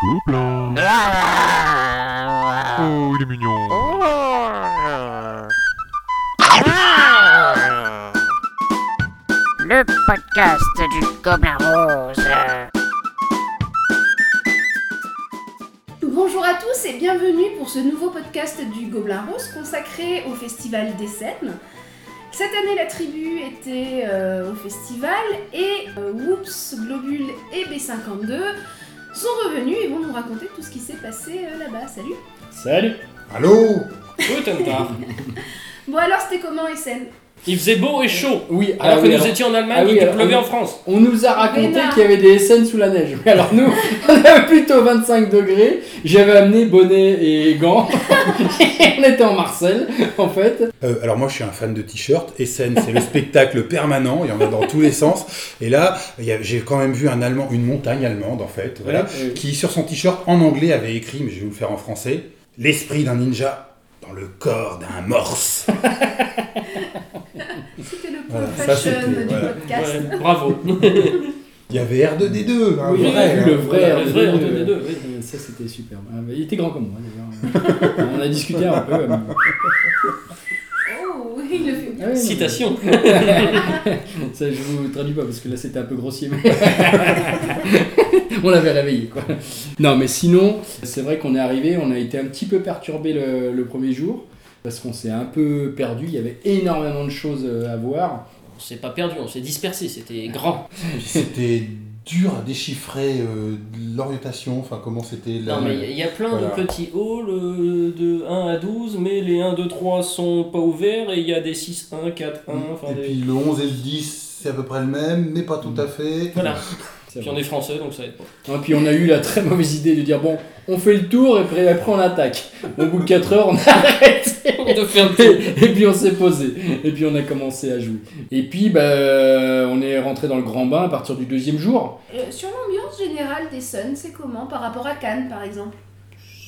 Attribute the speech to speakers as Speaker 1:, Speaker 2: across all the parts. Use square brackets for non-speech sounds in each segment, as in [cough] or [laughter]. Speaker 1: Poupla Oh, il est mignon
Speaker 2: Le podcast du Gobelin Rose.
Speaker 3: Bonjour à tous et bienvenue pour ce nouveau podcast du Gobelin Rose consacré au Festival des Scènes. Cette année, la tribu était euh, au festival et euh, Whoops, Globule et B52 sont revenus et vont nous raconter tout ce qui s'est passé euh, là-bas. Salut
Speaker 4: Salut
Speaker 5: Allô
Speaker 4: Guten Tag
Speaker 3: Bon alors, c'était comment Essen
Speaker 4: Il faisait beau et chaud,
Speaker 6: Oui,
Speaker 4: alors
Speaker 6: ah
Speaker 4: que
Speaker 6: oui,
Speaker 4: nous
Speaker 6: alors,
Speaker 4: étions en Allemagne
Speaker 6: ah oui,
Speaker 4: et qu'il
Speaker 6: alors,
Speaker 4: pleuvait
Speaker 6: on-
Speaker 4: en France.
Speaker 6: On nous a
Speaker 3: Mais
Speaker 6: raconté
Speaker 3: non.
Speaker 6: qu'il y avait des SN sous la neige. Mais alors nous, [laughs] on avait plutôt 25 degrés. J'avais amené bonnet et gants. Et [laughs] on était en Marseille, en fait.
Speaker 5: Euh, Alors moi je suis un fan de t-shirts, Essen c'est le spectacle permanent, il y en a dans tous les sens. Et là, il y a- j'ai quand même vu un Allemand, une montagne allemande en fait, voilà,
Speaker 6: Oui, oui.
Speaker 5: qui sur son t-shirt en anglais avait écrit, mais je vais vous le faire en français, l'esprit d'un ninja dans le corps d'un morse.
Speaker 3: C'était le
Speaker 5: Voilà,
Speaker 3: pôle
Speaker 5: ça,
Speaker 3: fashion
Speaker 5: c'était-
Speaker 3: du
Speaker 5: voilà.
Speaker 3: podcast.
Speaker 4: Ouais, bravo
Speaker 5: Il y avait R2D2, hein,
Speaker 6: Oui,
Speaker 5: vrai,
Speaker 6: oui,
Speaker 5: hein.
Speaker 6: le vrai.
Speaker 4: Le
Speaker 6: on
Speaker 4: vrai,
Speaker 6: était
Speaker 4: on
Speaker 6: deux.
Speaker 4: était deux, oui.
Speaker 6: Euh, Ça, c'était superbe. Ah, mais Il était grand comme moi, d'ailleurs. [laughs] on a discuté un peu. euh, mais-
Speaker 3: Oh, il le fait bien.
Speaker 6: Ah oui, non,
Speaker 4: Citation
Speaker 6: mais- Ça, je vous traduis pas parce que là, c'était un peu grossier. mais- [laughs] on l'avait réveillé, quoi. Non, mais sinon, c'est vrai qu'on est arrivé, on a été un petit peu perturbé le, le premier jour parce qu'on s'est un peu perdu. Il y avait énormément de choses euh, à voir.
Speaker 4: On s'est pas perdu, on s'est dispersé, c'était grand.
Speaker 5: Puis C'était dur à déchiffrer euh, l'orientation, enfin comment c'était... la-
Speaker 4: Non mais il y- y a plein
Speaker 5: Voilà.
Speaker 4: de petits halls euh, de 1 à 12, mais les 1, 2, 3 sont pas ouverts et il y a des 6, 1, 4, 1, enfin
Speaker 5: Et
Speaker 4: des...
Speaker 5: puis le 11 et le 10 c'est à peu près le même, mais pas tout à fait.
Speaker 4: Voilà,
Speaker 6: C'est
Speaker 4: puis on
Speaker 6: vrai.
Speaker 4: est français donc
Speaker 5: [laughs]
Speaker 4: ça aide pas.
Speaker 6: Et puis on a eu la très mauvaise idée de dire bon, on fait le tour et après, après on attaque. Au bout de 4 heures, on arrête.
Speaker 4: On doit faire un petit-
Speaker 6: et, et puis on s'est posé, et puis on a commencé à jouer. Et puis bah, euh, on est rentré dans le grand bain à partir du deuxième jour.
Speaker 3: Euh, sur l'ambiance générale des Suns, c'est comment par rapport à Cannes par exemple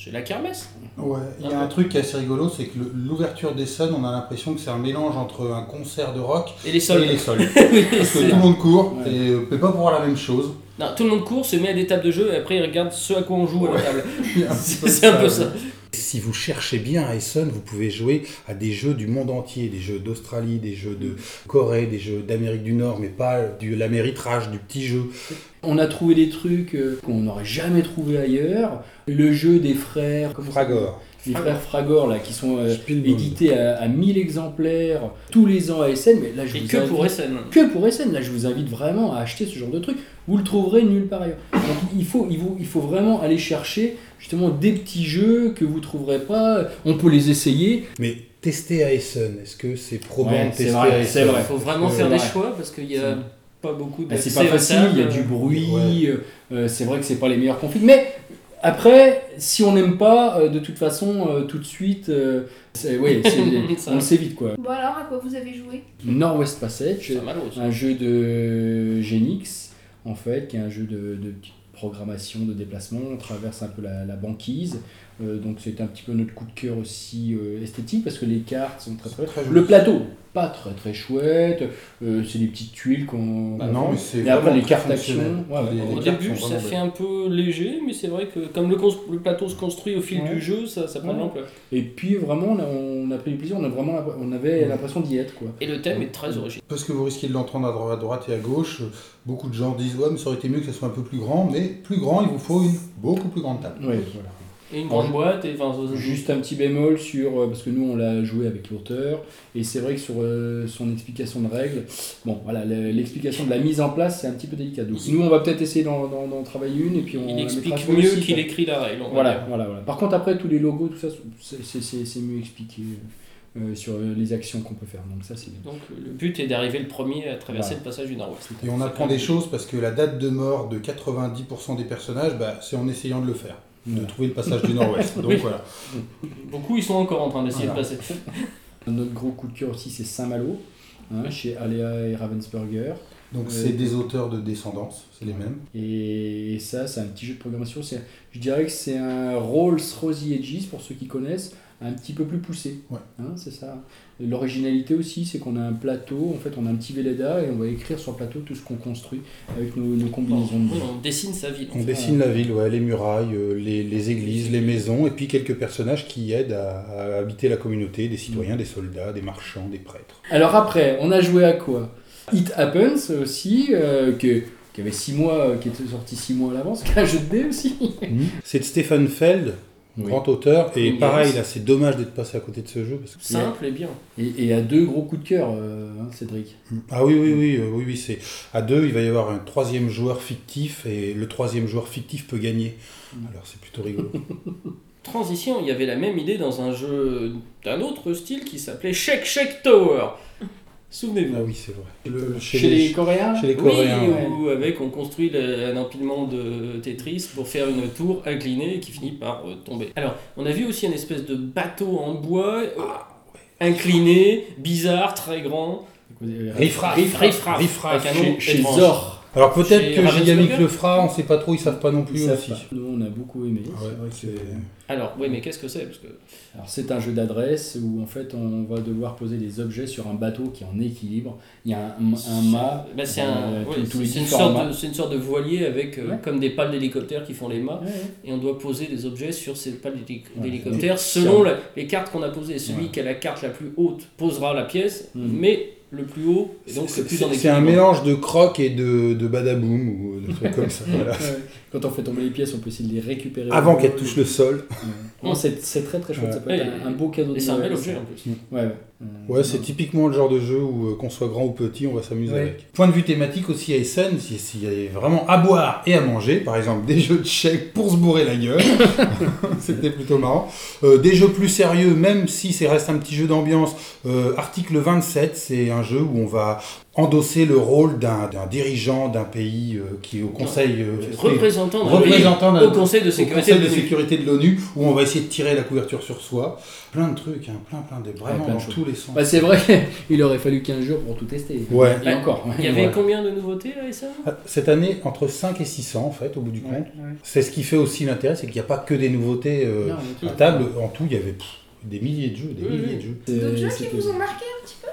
Speaker 4: C'est la kermesse
Speaker 5: Ouais, il y
Speaker 4: Ah
Speaker 5: a
Speaker 4: ouais.
Speaker 5: un truc qui est assez rigolo, c'est que le- l'ouverture des Suns, on a l'impression que c'est un mélange entre un concert de rock
Speaker 4: Et les
Speaker 5: et
Speaker 4: sols
Speaker 5: les sols.
Speaker 4: [laughs]
Speaker 5: Parce que tout le monde court
Speaker 6: Ouais.
Speaker 5: et ne peut pas voir la même chose. [laughs]
Speaker 4: Non, tout le monde court, se met à des tables de jeu et après il regarde ce à quoi on joue à la table.
Speaker 5: Il y a un petit
Speaker 4: C'est un peu ça.
Speaker 5: Si vous cherchez bien à Essen, vous pouvez jouer à des jeux du monde entier, des jeux d'Australie, des jeux de Corée, des jeux d'Amérique du Nord, mais pas de l'améritrage, du petit jeu.
Speaker 6: On a trouvé des trucs euh, qu'on n'aurait jamais trouvé ailleurs. Le jeu des frères, comment ça s'appelle
Speaker 5: Fragor.
Speaker 6: les frères Fragor là, qui sont euh,
Speaker 5: Spielboom.
Speaker 6: édités à, à 1000 exemplaires tous les ans à SN. Mais là, je
Speaker 4: Et
Speaker 6: vous
Speaker 4: que
Speaker 6: invite-
Speaker 4: pour SN.
Speaker 6: que pour SN. Là, je vous invite vraiment à acheter ce genre de truc. Vous le trouverez nulle part ailleurs. Donc, il faut, il faut, il faut vraiment aller chercher justement des petits jeux que vous trouverez pas. On peut les essayer.
Speaker 5: Mais tester à Essen, est-ce que c'est probant
Speaker 6: Ouais,
Speaker 5: de
Speaker 6: c'est
Speaker 5: tester
Speaker 6: vrai,
Speaker 5: à
Speaker 6: c'est
Speaker 5: Essen
Speaker 6: vrai.
Speaker 4: Il faut vraiment
Speaker 6: Ouais,
Speaker 4: faire des
Speaker 6: ouais.
Speaker 4: choix parce qu'il y a pas beaucoup de. euh,
Speaker 6: Bah, c'est pas facile, il y a du bruit, euh, c'est vrai que c'est pas les meilleurs configs, mais après, si on n'aime pas, euh, de toute façon, euh, tout de suite, euh, c'est- ouais, [laughs] c'est- on le sait vite quoi.
Speaker 3: Bon alors, à quoi vous avez joué
Speaker 6: Northwest Passage,
Speaker 4: C'est mal aussi.
Speaker 6: un jeu de Genix, en fait, qui est un jeu de, de petite programmation, de déplacement, on traverse un peu la, la banquise, Euh, donc c'est un petit peu notre coup de cœur aussi euh, esthétique, parce que les cartes sont très très...
Speaker 5: Très joli.
Speaker 6: Le plateau, pas très très chouette, euh, c'est des petites tuiles qu'on...
Speaker 5: Bah non, mais c'est
Speaker 6: Et après,
Speaker 5: vraiment
Speaker 6: les
Speaker 5: très
Speaker 6: cartes
Speaker 5: fonctionnel.
Speaker 6: d'action, ouais, ouais.
Speaker 5: Les- les
Speaker 4: Au
Speaker 5: cartes
Speaker 4: début,
Speaker 5: sont
Speaker 4: ça
Speaker 5: vraiment
Speaker 4: fait un peu léger, mais c'est vrai que comme le, cons- le plateau se construit au fil
Speaker 6: Ouais.
Speaker 4: du jeu, ça, ça prend de
Speaker 6: Ouais.
Speaker 4: l'ampleur.
Speaker 6: Et puis vraiment, on a, on a pris du plaisir, on, a vraiment, l'impr- on avait
Speaker 5: Ouais.
Speaker 6: l'impression d'y être. quoi.
Speaker 4: Et le thème est très original.
Speaker 5: Parce que vous risquez de l'entendre à droite- à droite et à gauche, euh, beaucoup de gens disent ouais mais ça aurait été mieux que ça soit un peu plus grand, mais plus grand il vous faut une beaucoup plus grande table.
Speaker 6: Ouais, voilà.
Speaker 4: Et une grande boîte, et enfin, ça- ça-
Speaker 6: Juste un petit bémol sur. euh, Parce que nous, on l'a joué avec l'auteur, et c'est vrai que sur euh, son explication de règles, bon, voilà, le- l'explication de la mise en place, c'est un petit peu délicat. Donc nous, on va peut-être essayer d'en, d'en- d'en travailler une, et puis on.
Speaker 4: il
Speaker 6: la
Speaker 4: explique
Speaker 6: mettra sur le
Speaker 4: mieux
Speaker 6: site.
Speaker 4: qu'il écrit la règle. on va
Speaker 6: Voilà,
Speaker 4: dire.
Speaker 6: voilà, voilà. Par contre, après, tous les logos, tout ça, c'est, c'est- c'est- c'est mieux expliqué euh, euh, sur euh, les actions qu'on peut faire. Donc ça, c'est bien.
Speaker 4: Donc le but est d'arriver le premier à traverser
Speaker 6: Voilà.
Speaker 4: le passage du Nord-Ouest.
Speaker 5: Et on apprend des choses parce que la date de mort de 90% des personnages, bah, c'est en essayant de le faire, de
Speaker 6: Voilà.
Speaker 5: trouver le passage du [laughs] Nord-Ouest. Donc
Speaker 4: Oui.
Speaker 5: voilà.
Speaker 4: Beaucoup ils sont encore en train d'essayer
Speaker 5: Voilà.
Speaker 4: de passer.
Speaker 6: Notre gros coup de cœur aussi, c'est Saint-Malo, hein, chez Aléa et Ravensburger.
Speaker 5: Donc
Speaker 6: Euh,
Speaker 5: c'est des auteurs de descendance, c'est les mêmes.
Speaker 6: Et ça, c'est un petit jeu de programmation. C'est, je dirais que c'est un Rolls Royce Edges, pour ceux qui connaissent, un petit peu plus poussé.
Speaker 5: Ouais.
Speaker 6: Hein, c'est ça. L'originalité aussi, c'est qu'on a un plateau, en fait, on a un petit Velleda et on va écrire sur le plateau tout ce qu'on construit avec nos, nos combinaisons de
Speaker 4: On dessine sa ville.
Speaker 5: On dessine la ville, ouais, les murailles, euh, les, les églises, les maisons, et puis quelques personnages qui aident à, à habiter la communauté, des citoyens, des soldats, des marchands, des prêtres.
Speaker 6: Alors après, on a joué à quoi It Happens aussi, euh, que, qui avait six mois, euh, qui était sorti six mois à l'avance, [laughs] qui est un jeu de dés aussi.
Speaker 5: Mm. C'est de Stephen Feld,
Speaker 6: Oui.
Speaker 5: grand auteur, et
Speaker 4: Oui,
Speaker 5: pareil,
Speaker 4: yes.
Speaker 5: là, c'est dommage d'être passé à côté de ce jeu. Parce que...
Speaker 4: Simple et bien.
Speaker 6: Et, et à deux gros coups de cœur, euh, hein, Cédric.
Speaker 5: Ah oui, oui, oui, euh, oui, oui c'est à deux, il va y avoir un troisième joueur fictif, et le troisième joueur fictif peut gagner. Alors c'est plutôt rigolo.
Speaker 4: Transition, il y avait la même idée dans un jeu d'un autre style qui s'appelait Shake Shake Tower. Souvenez-vous.
Speaker 5: ah oui, c'est vrai. Le-
Speaker 6: Chez, les, Coréens
Speaker 5: chez les
Speaker 4: Oui,
Speaker 5: Coréens.
Speaker 6: ouais.
Speaker 4: où euh, avec on construit le- un empilement de Tetris pour faire une tour inclinée qui finit par euh, tomber. Alors, on a vu aussi une espèce de bateau en bois euh,
Speaker 6: Ah,
Speaker 4: incliné, bizarre, très grand.
Speaker 5: Riffraff.
Speaker 4: Riffraff.
Speaker 5: Riffraff.
Speaker 4: Avec un nom
Speaker 6: Chez, chez
Speaker 4: étrange.
Speaker 6: Zor.
Speaker 5: Alors
Speaker 4: Chez
Speaker 5: peut-être que
Speaker 4: Ravensburger
Speaker 5: Gigamic le fera, on sait pas trop, ils savent pas non plus
Speaker 6: Ils savent
Speaker 5: aussi.
Speaker 6: pas. Nous, on a beaucoup aimé.
Speaker 5: Ah ouais,
Speaker 6: C'est vrai que-
Speaker 5: c'est-
Speaker 4: Alors, oui, mais qu'est-ce que c'est Parce que
Speaker 6: Alors c'est un jeu d'adresse où en fait on va devoir poser des objets sur un bateau qui est en équilibre. Il y a un, un mât.
Speaker 4: Bah, c'est un- ouais,
Speaker 6: euh, tous-
Speaker 4: c'est-
Speaker 6: tous les
Speaker 4: c'est une,
Speaker 6: différents
Speaker 4: sorte de-
Speaker 6: mâts.
Speaker 4: c'est une sorte de voilier avec euh,
Speaker 6: Ouais.
Speaker 4: comme des pales d'hélicoptère qui font les mâts
Speaker 6: Ouais, ouais.
Speaker 4: et on doit poser des objets sur ces pales d'hélic-
Speaker 6: Ouais,
Speaker 4: d'hélicoptère
Speaker 6: des-
Speaker 4: selon la- les cartes qu'on a posées. Celui
Speaker 6: Ouais.
Speaker 4: qui a la carte la plus haute posera la pièce,
Speaker 6: Mm.
Speaker 4: mais le plus haut, et donc
Speaker 5: Mm-hmm. C'est
Speaker 4: le plus en
Speaker 5: c'est- c'est un
Speaker 4: équilibre.
Speaker 5: mélange de croc et de, de badaboum ou de trucs comme ça. voilà.
Speaker 6: Ouais. [laughs] Quand on fait tomber les pièces, on peut essayer de les récupérer.
Speaker 5: [laughs] Avant qu'elle touche le sol.
Speaker 6: Ouais. Non, c'est c'est très très chouette. Ça peut
Speaker 4: Ouais.
Speaker 6: être un, un beau cadeau de
Speaker 4: Et c'est un
Speaker 6: Noël,
Speaker 4: bel
Speaker 6: ça.
Speaker 4: objet en plus.
Speaker 6: Ouais, ouais. Euh,
Speaker 5: Ouais, c'est typiquement le genre de jeu où, euh, qu'on soit grand ou petit, on va s'amuser
Speaker 6: Ouais.
Speaker 5: avec. Point de vue thématique aussi à Essen, si- s'il y avait vraiment à boire et à manger, par exemple des jeux de chèques pour se bourrer la gueule, [laughs] c'était plutôt marrant. Euh, des jeux plus sérieux, même si c'est reste un petit jeu d'ambiance, euh, Article 27, c'est un jeu où on va endosser le rôle d'un d'un dirigeant d'un pays euh, qui est au conseil... euh,
Speaker 4: Représentant d'un pays
Speaker 5: représentant d'un-
Speaker 4: au Conseil de
Speaker 5: au
Speaker 4: sécurité
Speaker 5: Conseil
Speaker 4: de
Speaker 5: de
Speaker 4: l'ONU.
Speaker 5: sécurité de l'ONU où on va essayer de tirer la couverture sur soi. Plein de trucs, hein, plein, plein de vraiment
Speaker 6: Ouais, plein
Speaker 5: dans
Speaker 6: de choses.
Speaker 5: tous les sens.
Speaker 6: Bah, c'est vrai, [laughs] il aurait fallu 15 jours pour tout tester.
Speaker 5: Ouais.
Speaker 6: Et encore.
Speaker 4: Il y avait
Speaker 6: Ouais.
Speaker 4: combien de nouveautés là et ça
Speaker 5: Cette année, entre 5 et 600 en fait, au bout du compte.
Speaker 6: Ouais.
Speaker 5: C'est ce qui fait aussi l'intérêt, c'est qu'il n'y a pas que des nouveautés euh,
Speaker 6: Non, mais tout.
Speaker 5: à table. En tout, il y avait pff, des milliers de jeux, des
Speaker 4: Oui, oui.
Speaker 5: milliers de jeux.
Speaker 3: D'autres jeux qui
Speaker 6: C'était-
Speaker 3: vous ont marqué un petit peu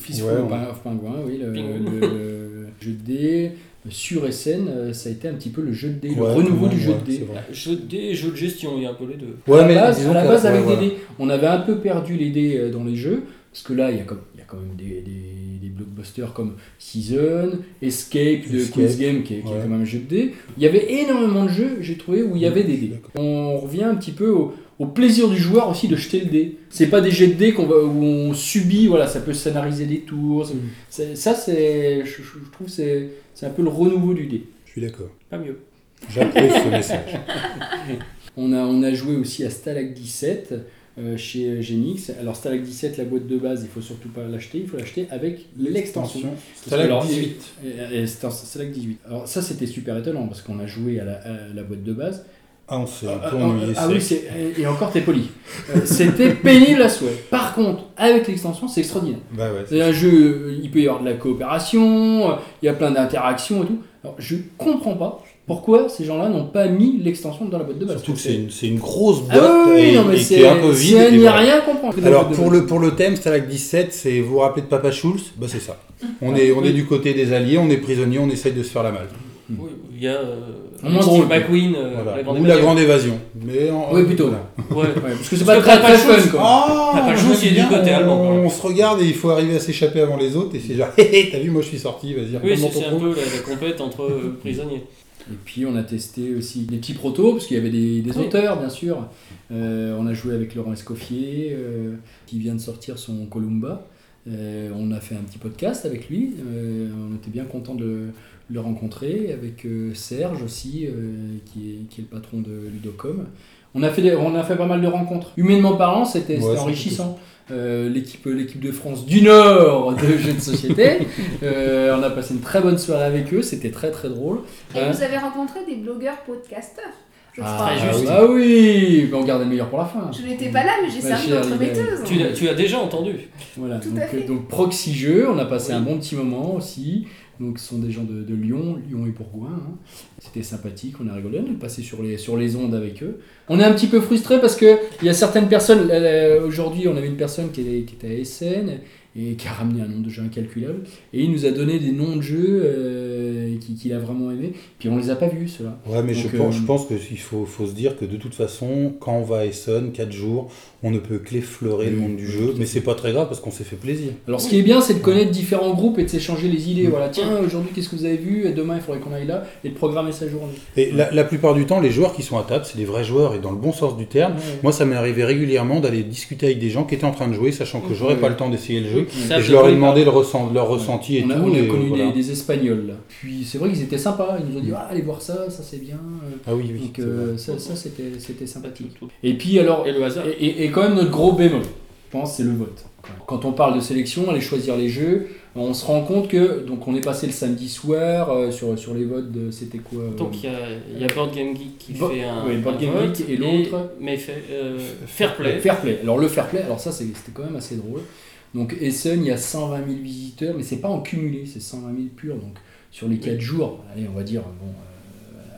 Speaker 6: Fist
Speaker 5: Ouais,
Speaker 6: Full
Speaker 5: on-
Speaker 6: of Pingouin, oui, le,
Speaker 4: Pingouin.
Speaker 6: le- le jeu de dés. Sur SN, euh, ça a été un petit peu le jeu de dés, le
Speaker 5: Ouais,
Speaker 6: renouveau
Speaker 5: ouais,
Speaker 6: du jeu
Speaker 5: ouais,
Speaker 6: de
Speaker 5: c'est
Speaker 6: dés.
Speaker 5: vrai.
Speaker 4: Jeux de dés, jeux de gestion, il y a un peu les deux.
Speaker 5: Ouais,
Speaker 6: à
Speaker 5: mais
Speaker 6: la base,
Speaker 5: disons
Speaker 6: à la
Speaker 5: que-
Speaker 6: base
Speaker 5: ouais,
Speaker 6: avec
Speaker 5: voilà.
Speaker 6: des dés. On avait un peu perdu les dés euh, dans les jeux, parce que là, il y a, comme, il y a quand même des, des- des blockbusters comme Season, Escape de
Speaker 5: Escape,
Speaker 6: Queen's Game, qui est, qui est
Speaker 5: ouais.
Speaker 6: quand même un jeu de dés. Il y avait énormément de jeux, j'ai trouvé, où il y avait des dés.
Speaker 5: D'accord.
Speaker 6: On revient un petit peu au, au plaisir du joueur aussi de jeter le dé. C'est pas des jets de dés qu'on va, où on subit, voilà, ça peut scénariser des tours. ça-
Speaker 4: Mm.
Speaker 6: c'est- Ça, c'est, je, je- je trouve, c'est, c'est un peu le renouveau du dé.
Speaker 5: Je suis d'accord.
Speaker 4: Pas mieux.
Speaker 5: J'approuve ce message.
Speaker 6: On a, on a joué aussi à Stalag 17 euh, chez Genix. Alors Stalag 17, la boîte de base, il faut surtout pas l'acheter, il faut l'acheter avec [laughs] l'extension.
Speaker 5: C'est à la
Speaker 6: Alors,
Speaker 5: 18.
Speaker 6: Euh, euh, Stal- Stalag 18. Alors ça c'était super étonnant parce qu'on a joué à la, à la boîte de base.
Speaker 5: Ah, on s'est un peu
Speaker 6: Ah,
Speaker 5: ennuyé.
Speaker 6: ah
Speaker 5: sec.
Speaker 6: oui, c'est- et encore t'es poli. Euh, c'était [laughs] pénible à souhait. Par contre, avec l'extension, c'est extraordinaire.
Speaker 5: Bah ouais.
Speaker 6: C'est un jeu, euh, il peut y avoir de la coopération, euh, il y a plein d'interactions et tout. Alors je comprends pas pourquoi ces gens-là n'ont pas mis l'extension dans la boîte de base.
Speaker 5: Surtout que c'est une, c'est une grosse boîte
Speaker 6: Ah oui, oui,
Speaker 5: et,
Speaker 6: non, mais
Speaker 5: et qui
Speaker 6: c'est
Speaker 5: est un peu vide.
Speaker 6: c'est à
Speaker 5: et
Speaker 6: n'y
Speaker 5: voilà.
Speaker 6: rien comprendre.
Speaker 5: Alors pour le, pour le thème, Stalag 17, c'est vous vous rappelez de Papa Schulz Bah c'est ça. On est, on est du côté des alliés, on est prisonnier, on essaye de se faire la malle.
Speaker 4: Oui, il y a euh,
Speaker 6: Un moins
Speaker 4: Steve
Speaker 6: drôle.
Speaker 4: McQueen, euh,
Speaker 5: Voilà.
Speaker 4: la grande
Speaker 5: Ou la
Speaker 4: évasion.
Speaker 5: grande évasion. Mais en-
Speaker 6: Oui, plutôt.
Speaker 5: voilà.
Speaker 4: Ouais.
Speaker 5: [laughs]
Speaker 6: Ouais, parce que c'est
Speaker 4: Parce
Speaker 6: pas
Speaker 4: que t'as
Speaker 6: très
Speaker 4: pas
Speaker 6: très
Speaker 4: de
Speaker 6: fun
Speaker 4: choses.
Speaker 6: quoi.
Speaker 5: Oh,
Speaker 4: Papa
Speaker 5: on
Speaker 4: Schulz, il est
Speaker 5: aime
Speaker 4: du côté
Speaker 5: bien,
Speaker 4: allemand, quand
Speaker 5: On,
Speaker 4: même.
Speaker 5: on se regarde et il faut arriver à s'échapper avant les autres. Et c'est genre, [laughs] hé hé, t'as vu, moi je suis sorti, vas-y,
Speaker 4: Oui,
Speaker 5: remonte
Speaker 4: c'est c'est
Speaker 5: ton
Speaker 4: un
Speaker 5: trou.
Speaker 4: peu la, la compète entre euh, prisonniers.
Speaker 6: Et puis on a testé aussi des petits protos, parce qu'il y avait des, des
Speaker 4: Oui.
Speaker 6: auteurs bien sûr. Euh, on a joué avec Laurent Escoffier, euh, qui vient de sortir son Columba. Euh, on a fait un petit podcast avec lui. Euh, on était bien content de le rencontrer, avec euh, Serge aussi, euh, qui, est, qui est le patron de Ludocom. On a fait, des- on a fait pas mal de rencontres. Humainement parlant, c'était
Speaker 5: Ouais,
Speaker 6: c'était
Speaker 5: c'est
Speaker 6: enrichissant. Euh, L'équipe l'équipe de France du Nord de jeux de société. Euh, on a passé une très bonne soirée avec eux, c'était très très drôle.
Speaker 3: Et
Speaker 6: Hein
Speaker 3: vous avez rencontré des blogueurs podcasteurs. je
Speaker 6: Ah,
Speaker 3: crois.
Speaker 4: Très juste.
Speaker 6: bah oui, bah, on garde le meilleur pour la fin.
Speaker 3: Je n'étais pas là, mais j'ai
Speaker 6: Bah,
Speaker 3: servi
Speaker 6: chère
Speaker 3: d'entremetteuse.
Speaker 4: Tu l'as- tu as déjà entendu.
Speaker 6: Voilà,
Speaker 3: Tout à
Speaker 6: donc,
Speaker 3: fait.
Speaker 6: euh, donc proxy jeu, on a passé
Speaker 4: Oui.
Speaker 6: un bon petit moment aussi. Donc ce sont des gens de, de Lyon, Lyon et Bourgoin. hein. C'était sympathique, on a rigolé, on est passé sur les, sur les ondes avec eux. On est un petit peu frustré parce que il y a certaines personnes. là, là, Aujourd'hui, on avait une personne qui est- qui était, à Essen et qui a ramené un nombre de jeux incalculable. Et il nous a donné des noms de jeux euh, qui- qu'il a vraiment aimé. Puis on les a pas vus ceux-là.
Speaker 5: Ouais, mais je
Speaker 6: Donc,
Speaker 5: pense,
Speaker 6: euh,
Speaker 5: je pense que il faut, faut se dire que de toute façon, quand on va à Essen, 4 jours, on ne peut qu'effleurer le
Speaker 6: Oui,
Speaker 5: monde du
Speaker 6: oui,
Speaker 5: jeu,
Speaker 6: tout à
Speaker 5: mais
Speaker 6: fait.
Speaker 5: c'est pas très grave parce qu'on s'est fait plaisir.
Speaker 6: Alors ce qui est bien, c'est de connaître différents groupes et de s'échanger les idées. Voilà, tiens, aujourd'hui qu'est-ce que vous avez vu Et demain il faudrait qu'on aille là et de programmer sa journée.
Speaker 5: Et la, la plupart du temps, les joueurs qui sont à table, c'est des vrais joueurs et dans le bon sens du terme. Moi, ça m'est arrivé régulièrement d'aller discuter avec des gens qui étaient en train de jouer, sachant que j'aurais
Speaker 6: Ouais.
Speaker 5: pas le temps d'essayer le jeu.
Speaker 4: Ça,
Speaker 5: Hmm. Et
Speaker 4: je
Speaker 5: je leur ai
Speaker 4: connais pas.
Speaker 5: demandé le ressent- leur ressenti et
Speaker 6: on a,
Speaker 5: tout.
Speaker 6: on a
Speaker 5: et
Speaker 6: connu
Speaker 5: voilà.
Speaker 6: des, des Espagnols. là. Puis c'est vrai qu'ils étaient sympas. Ils nous ont dit ah, allez voir ça, ça c'est bien.
Speaker 5: Ah oui, oui.
Speaker 6: Donc
Speaker 5: c'est
Speaker 6: euh,
Speaker 5: vrai.
Speaker 6: ça, ça, c'était c'était sympathique.
Speaker 4: Tout- tout.
Speaker 6: Et puis alors
Speaker 4: Et le hasard.
Speaker 6: et, et- et quand même notre gros bémol, je pense, c'est le vote. Quand on parle de sélection, aller choisir les jeux, on se rend compte que donc on est passé le samedi soir euh, sur sur les votes. de- C'était quoi euh,
Speaker 4: Donc il y, a- il y a Board Game Geek qui
Speaker 6: Bo-
Speaker 4: fait un.
Speaker 6: oui, Board
Speaker 4: un
Speaker 6: Game
Speaker 4: vote,
Speaker 6: Geek et l'autre-
Speaker 4: Mais fait, euh, Fair Play.
Speaker 6: Fair play. Alors le fair play, alors ça c'est- c'était quand même assez drôle. Donc Essen, il y a 120 000 visiteurs, mais c'est pas en cumulé, c'est 120 000 purs. Donc sur les 4 jours, allez, on va dire, bon,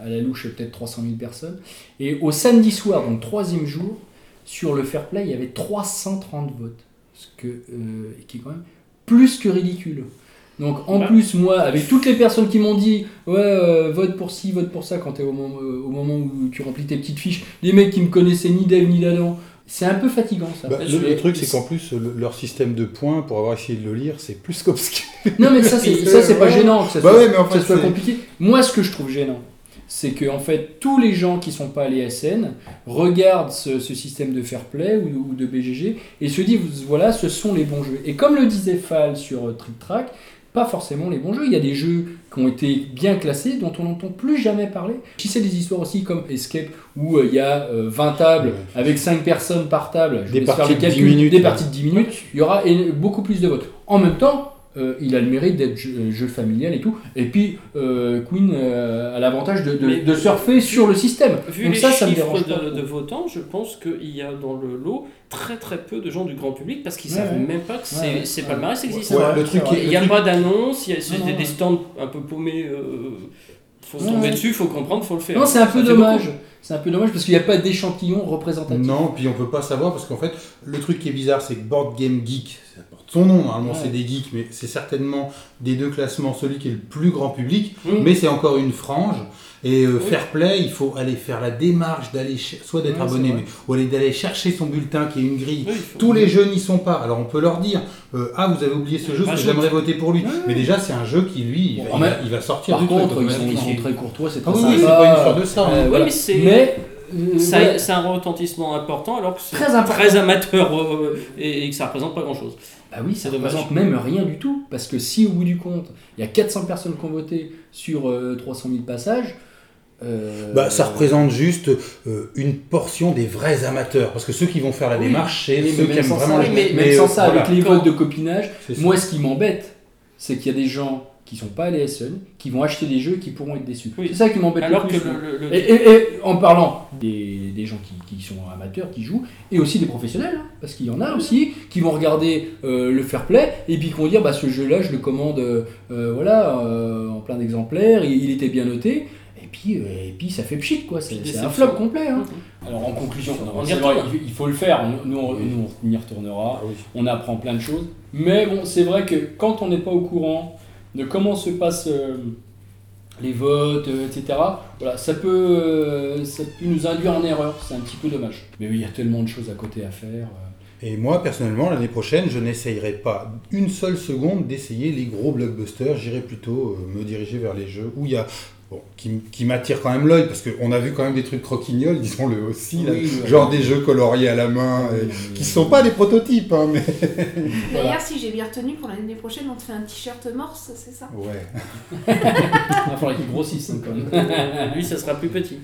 Speaker 6: euh, à la louche, peut-être 300 000 personnes. Et au samedi soir, donc troisième jour, sur le fair play, il y avait 330 votes. Ce que, euh, qui est quand même plus que ridicule. Donc en
Speaker 4: Bah.
Speaker 6: plus, moi, avec toutes les personnes qui m'ont dit Ouais, euh, vote pour ci, vote pour ça, quand t'es au, moment- euh, au moment où tu remplis tes petites fiches, les mecs qui me connaissaient ni d'Eve ni d'Adam, c'est un peu fatigant ça.
Speaker 5: Bah,
Speaker 4: Parce
Speaker 5: le,
Speaker 4: que-
Speaker 5: le truc, c'est qu'en plus, le- leur système de points, pour avoir essayé de le lire, c'est plus qu'obscur.
Speaker 6: Non, mais ça, c'est, ça, c'est pas
Speaker 5: Ouais.
Speaker 6: gênant que ça
Speaker 5: Bah
Speaker 6: soit,
Speaker 5: ouais, mais en
Speaker 6: que ça
Speaker 5: fait,
Speaker 6: soit
Speaker 5: c'est-
Speaker 6: compliqué. Moi, ce que je trouve gênant, c'est que en fait, tous les gens qui sont pas allés à SN regardent ce, ce système de fair play ou, ou de BGG et se disent voilà, ce sont les bons jeux. Et comme le disait Fall sur euh, Trick Track, pas forcément les bons jeux. Il y a des jeux qui ont été bien classés dont on n'entend plus jamais parler. Si c'est des histoires aussi comme Escape où euh, il y a euh, 20 tables
Speaker 5: Ouais.
Speaker 6: avec 5 personnes par table, je
Speaker 5: Des
Speaker 6: vais faire
Speaker 5: parties
Speaker 6: les
Speaker 5: de 10
Speaker 6: calculs,
Speaker 5: minutes,
Speaker 6: des
Speaker 5: ouais.
Speaker 6: parties de 10 minutes, il y aura é- beaucoup plus de votes. En même temps, euh, il a le mérite d'être euh, jeu, jeu familial et tout. Et puis, euh, Queen euh, a l'avantage de, de-
Speaker 4: Mais-
Speaker 6: de surfer sur le système.
Speaker 4: Vu
Speaker 6: Donc
Speaker 4: les
Speaker 6: ça, ça me
Speaker 4: chiffres
Speaker 6: dérange pas.
Speaker 4: de, de votants, je pense qu'il y a dans le lot très très peu de gens du grand public parce qu'ils
Speaker 6: Ouais,
Speaker 4: savent
Speaker 6: ouais.
Speaker 4: même pas que c'est
Speaker 6: Ouais, ouais.
Speaker 4: c'est
Speaker 6: Ouais.
Speaker 4: palmarès existe.
Speaker 6: C'est
Speaker 5: Ouais,
Speaker 6: vrai,
Speaker 5: le truc
Speaker 6: c'est
Speaker 5: qui
Speaker 6: vrai.
Speaker 5: est-
Speaker 4: Il n'y a
Speaker 5: le
Speaker 4: pas d'annonce, il y a
Speaker 6: Non,
Speaker 4: c'est des,
Speaker 6: non.
Speaker 4: des stands un peu paumés. euh, faut se
Speaker 6: Ouais,
Speaker 4: tomber
Speaker 6: ouais.
Speaker 4: dessus, faut comprendre, faut le faire.
Speaker 6: Non, c'est un peu
Speaker 4: Ça fait
Speaker 6: dommage. C'est un peu dommage parce qu'il n'y a pas d'échantillon représentatif.
Speaker 5: Non, puis on peut pas savoir parce qu'en fait, le truc qui est bizarre, c'est que Board Game Geek, ça porte son nom, normalement
Speaker 6: Ouais.
Speaker 5: c'est des geeks, mais c'est certainement des deux classements celui qui est le plus grand public,
Speaker 6: Oui.
Speaker 5: mais c'est encore une frange. Et euh,
Speaker 4: Oui.
Speaker 5: fair play, il faut aller faire la démarche d'aller ch- soit d'être
Speaker 6: Ouais, c'est
Speaker 5: abonné,
Speaker 6: vrai.
Speaker 5: mais, ou aller- d'aller chercher son bulletin qui est une grille.
Speaker 4: Oui, il faut-
Speaker 5: Tous les jeux n'y sont pas. Alors on peut leur dire euh, ah vous avez oublié ce
Speaker 6: Bah,
Speaker 5: jeu, parce que
Speaker 4: Rajoute.
Speaker 5: j'aimerais voter pour lui.
Speaker 6: Ouais.
Speaker 5: Mais déjà c'est un jeu qui lui il,
Speaker 6: Bon,
Speaker 5: va-
Speaker 6: en
Speaker 5: il va,
Speaker 6: même-
Speaker 5: il va sortir
Speaker 6: Par
Speaker 5: du truc,
Speaker 6: contre, ils
Speaker 5: donc,
Speaker 6: sont,
Speaker 5: il-
Speaker 6: ils sont très courtois, c'est
Speaker 5: Ah
Speaker 6: très
Speaker 5: oui,
Speaker 6: sympa.
Speaker 5: oui, c'est pas une sorte de ça. hein.
Speaker 6: Euh, voilà.
Speaker 4: mais c'est-
Speaker 6: euh,
Speaker 4: Ça-
Speaker 6: voilà.
Speaker 4: C'est un retentissement important alors que c'est
Speaker 6: Très important.
Speaker 4: très amateur euh, et, et que ça représente pas grand chose.
Speaker 6: Bah oui, ça
Speaker 4: C'est dommage.
Speaker 6: représente même rien du tout. Parce que si au bout du compte, il y a 400 personnes qui ont voté sur euh, 300 000 passages. euh,
Speaker 5: Bah, ça représente juste euh, une portion des vrais amateurs. Parce que ceux qui vont faire la
Speaker 6: Oui.
Speaker 5: démarche, c'est
Speaker 6: Oui,
Speaker 5: ceux
Speaker 6: mais
Speaker 5: qui aiment
Speaker 6: même sans
Speaker 5: vraiment
Speaker 6: ça,
Speaker 5: les euh,
Speaker 6: mais- même sans ça, avec les
Speaker 4: Quand-
Speaker 6: votes de copinage, moi
Speaker 5: Moi,
Speaker 6: ce qui m'embête, c'est qu'il y a des gens qui sont pas allés à SN, qui vont acheter des jeux et qui pourront être déçus.
Speaker 4: Oui.
Speaker 6: C'est ça qui m'embête
Speaker 4: Alors
Speaker 6: le
Speaker 4: que
Speaker 6: plus.
Speaker 4: le,
Speaker 6: moi.
Speaker 4: le- le-
Speaker 6: Et, et- et en parlant des, des gens qui, qui sont amateurs, qui jouent, et aussi des professionnels, hein, parce qu'il y en a aussi qui vont regarder euh, le fair play et puis qui vont dire bah, ce jeu-là, je le commande euh, euh, voilà, euh, en plein d'exemplaires, il, il était bien noté, et puis, euh, et puis ça fait pchit, quoi, c'est
Speaker 4: Puis
Speaker 6: c'est un
Speaker 4: déception.
Speaker 6: flop complet. hein. Alors en conclusion,
Speaker 4: On y
Speaker 6: c'est
Speaker 4: retourne.
Speaker 6: vrai, il il faut le faire, nous, nous, on, nous, on y retournera, on apprend plein de choses. Mais bon, c'est vrai que quand on n'est pas au courant de comment se passent euh, les votes, euh, etc., voilà, ça, peut, euh, ça peut nous induire en erreur, c'est un petit peu dommage. Mais oui, il y a tellement de choses à côté à faire. euh.
Speaker 5: Et moi, personnellement, l'année prochaine, je n'essayerai pas une seule seconde d'essayer les gros blockbusters. J'irai plutôt euh, me diriger vers les jeux où il y a. Bon, qui, m- qui m'attirent quand même l'œil, parce qu'on a vu quand même des trucs croquignoles, [laughs] disons-le aussi, là.
Speaker 6: Oui, ouais.
Speaker 5: genre des jeux coloriés à la
Speaker 6: euh,
Speaker 5: main, et- qui sont pas des prototypes, hein, mais...
Speaker 3: D'ailleurs, si j'ai bien retenu, pour l'année prochaine, on te fait un t-shirt morse, c'est ça
Speaker 5: Ouais.
Speaker 6: Il va falloir qu'ils grossissent hein, quand même.
Speaker 4: Euh, lui, ça sera plus petit.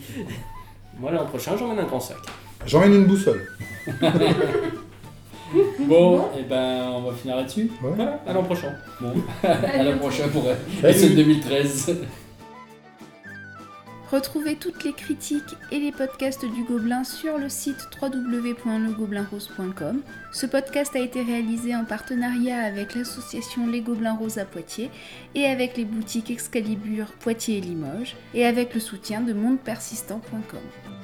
Speaker 4: Moi, l'an prochain, j'emmène un grand sac.
Speaker 5: [laughs] J'emmène une boussole.
Speaker 6: Bon, et ben on va finir là-dessus.
Speaker 4: Voilà, à l'an prochain.
Speaker 6: euh, Bon, à la prochaine pour
Speaker 5: Salut.
Speaker 6: SN 2013.
Speaker 3: Retrouvez toutes les critiques et les podcasts du Gobelin sur le site www.legobelinrose.com. Ce podcast a été réalisé en partenariat avec l'association Les Gobelins Roses à Poitiers et avec les boutiques Excalibur Poitiers et Limoges et avec le soutien de mondepersistant.com.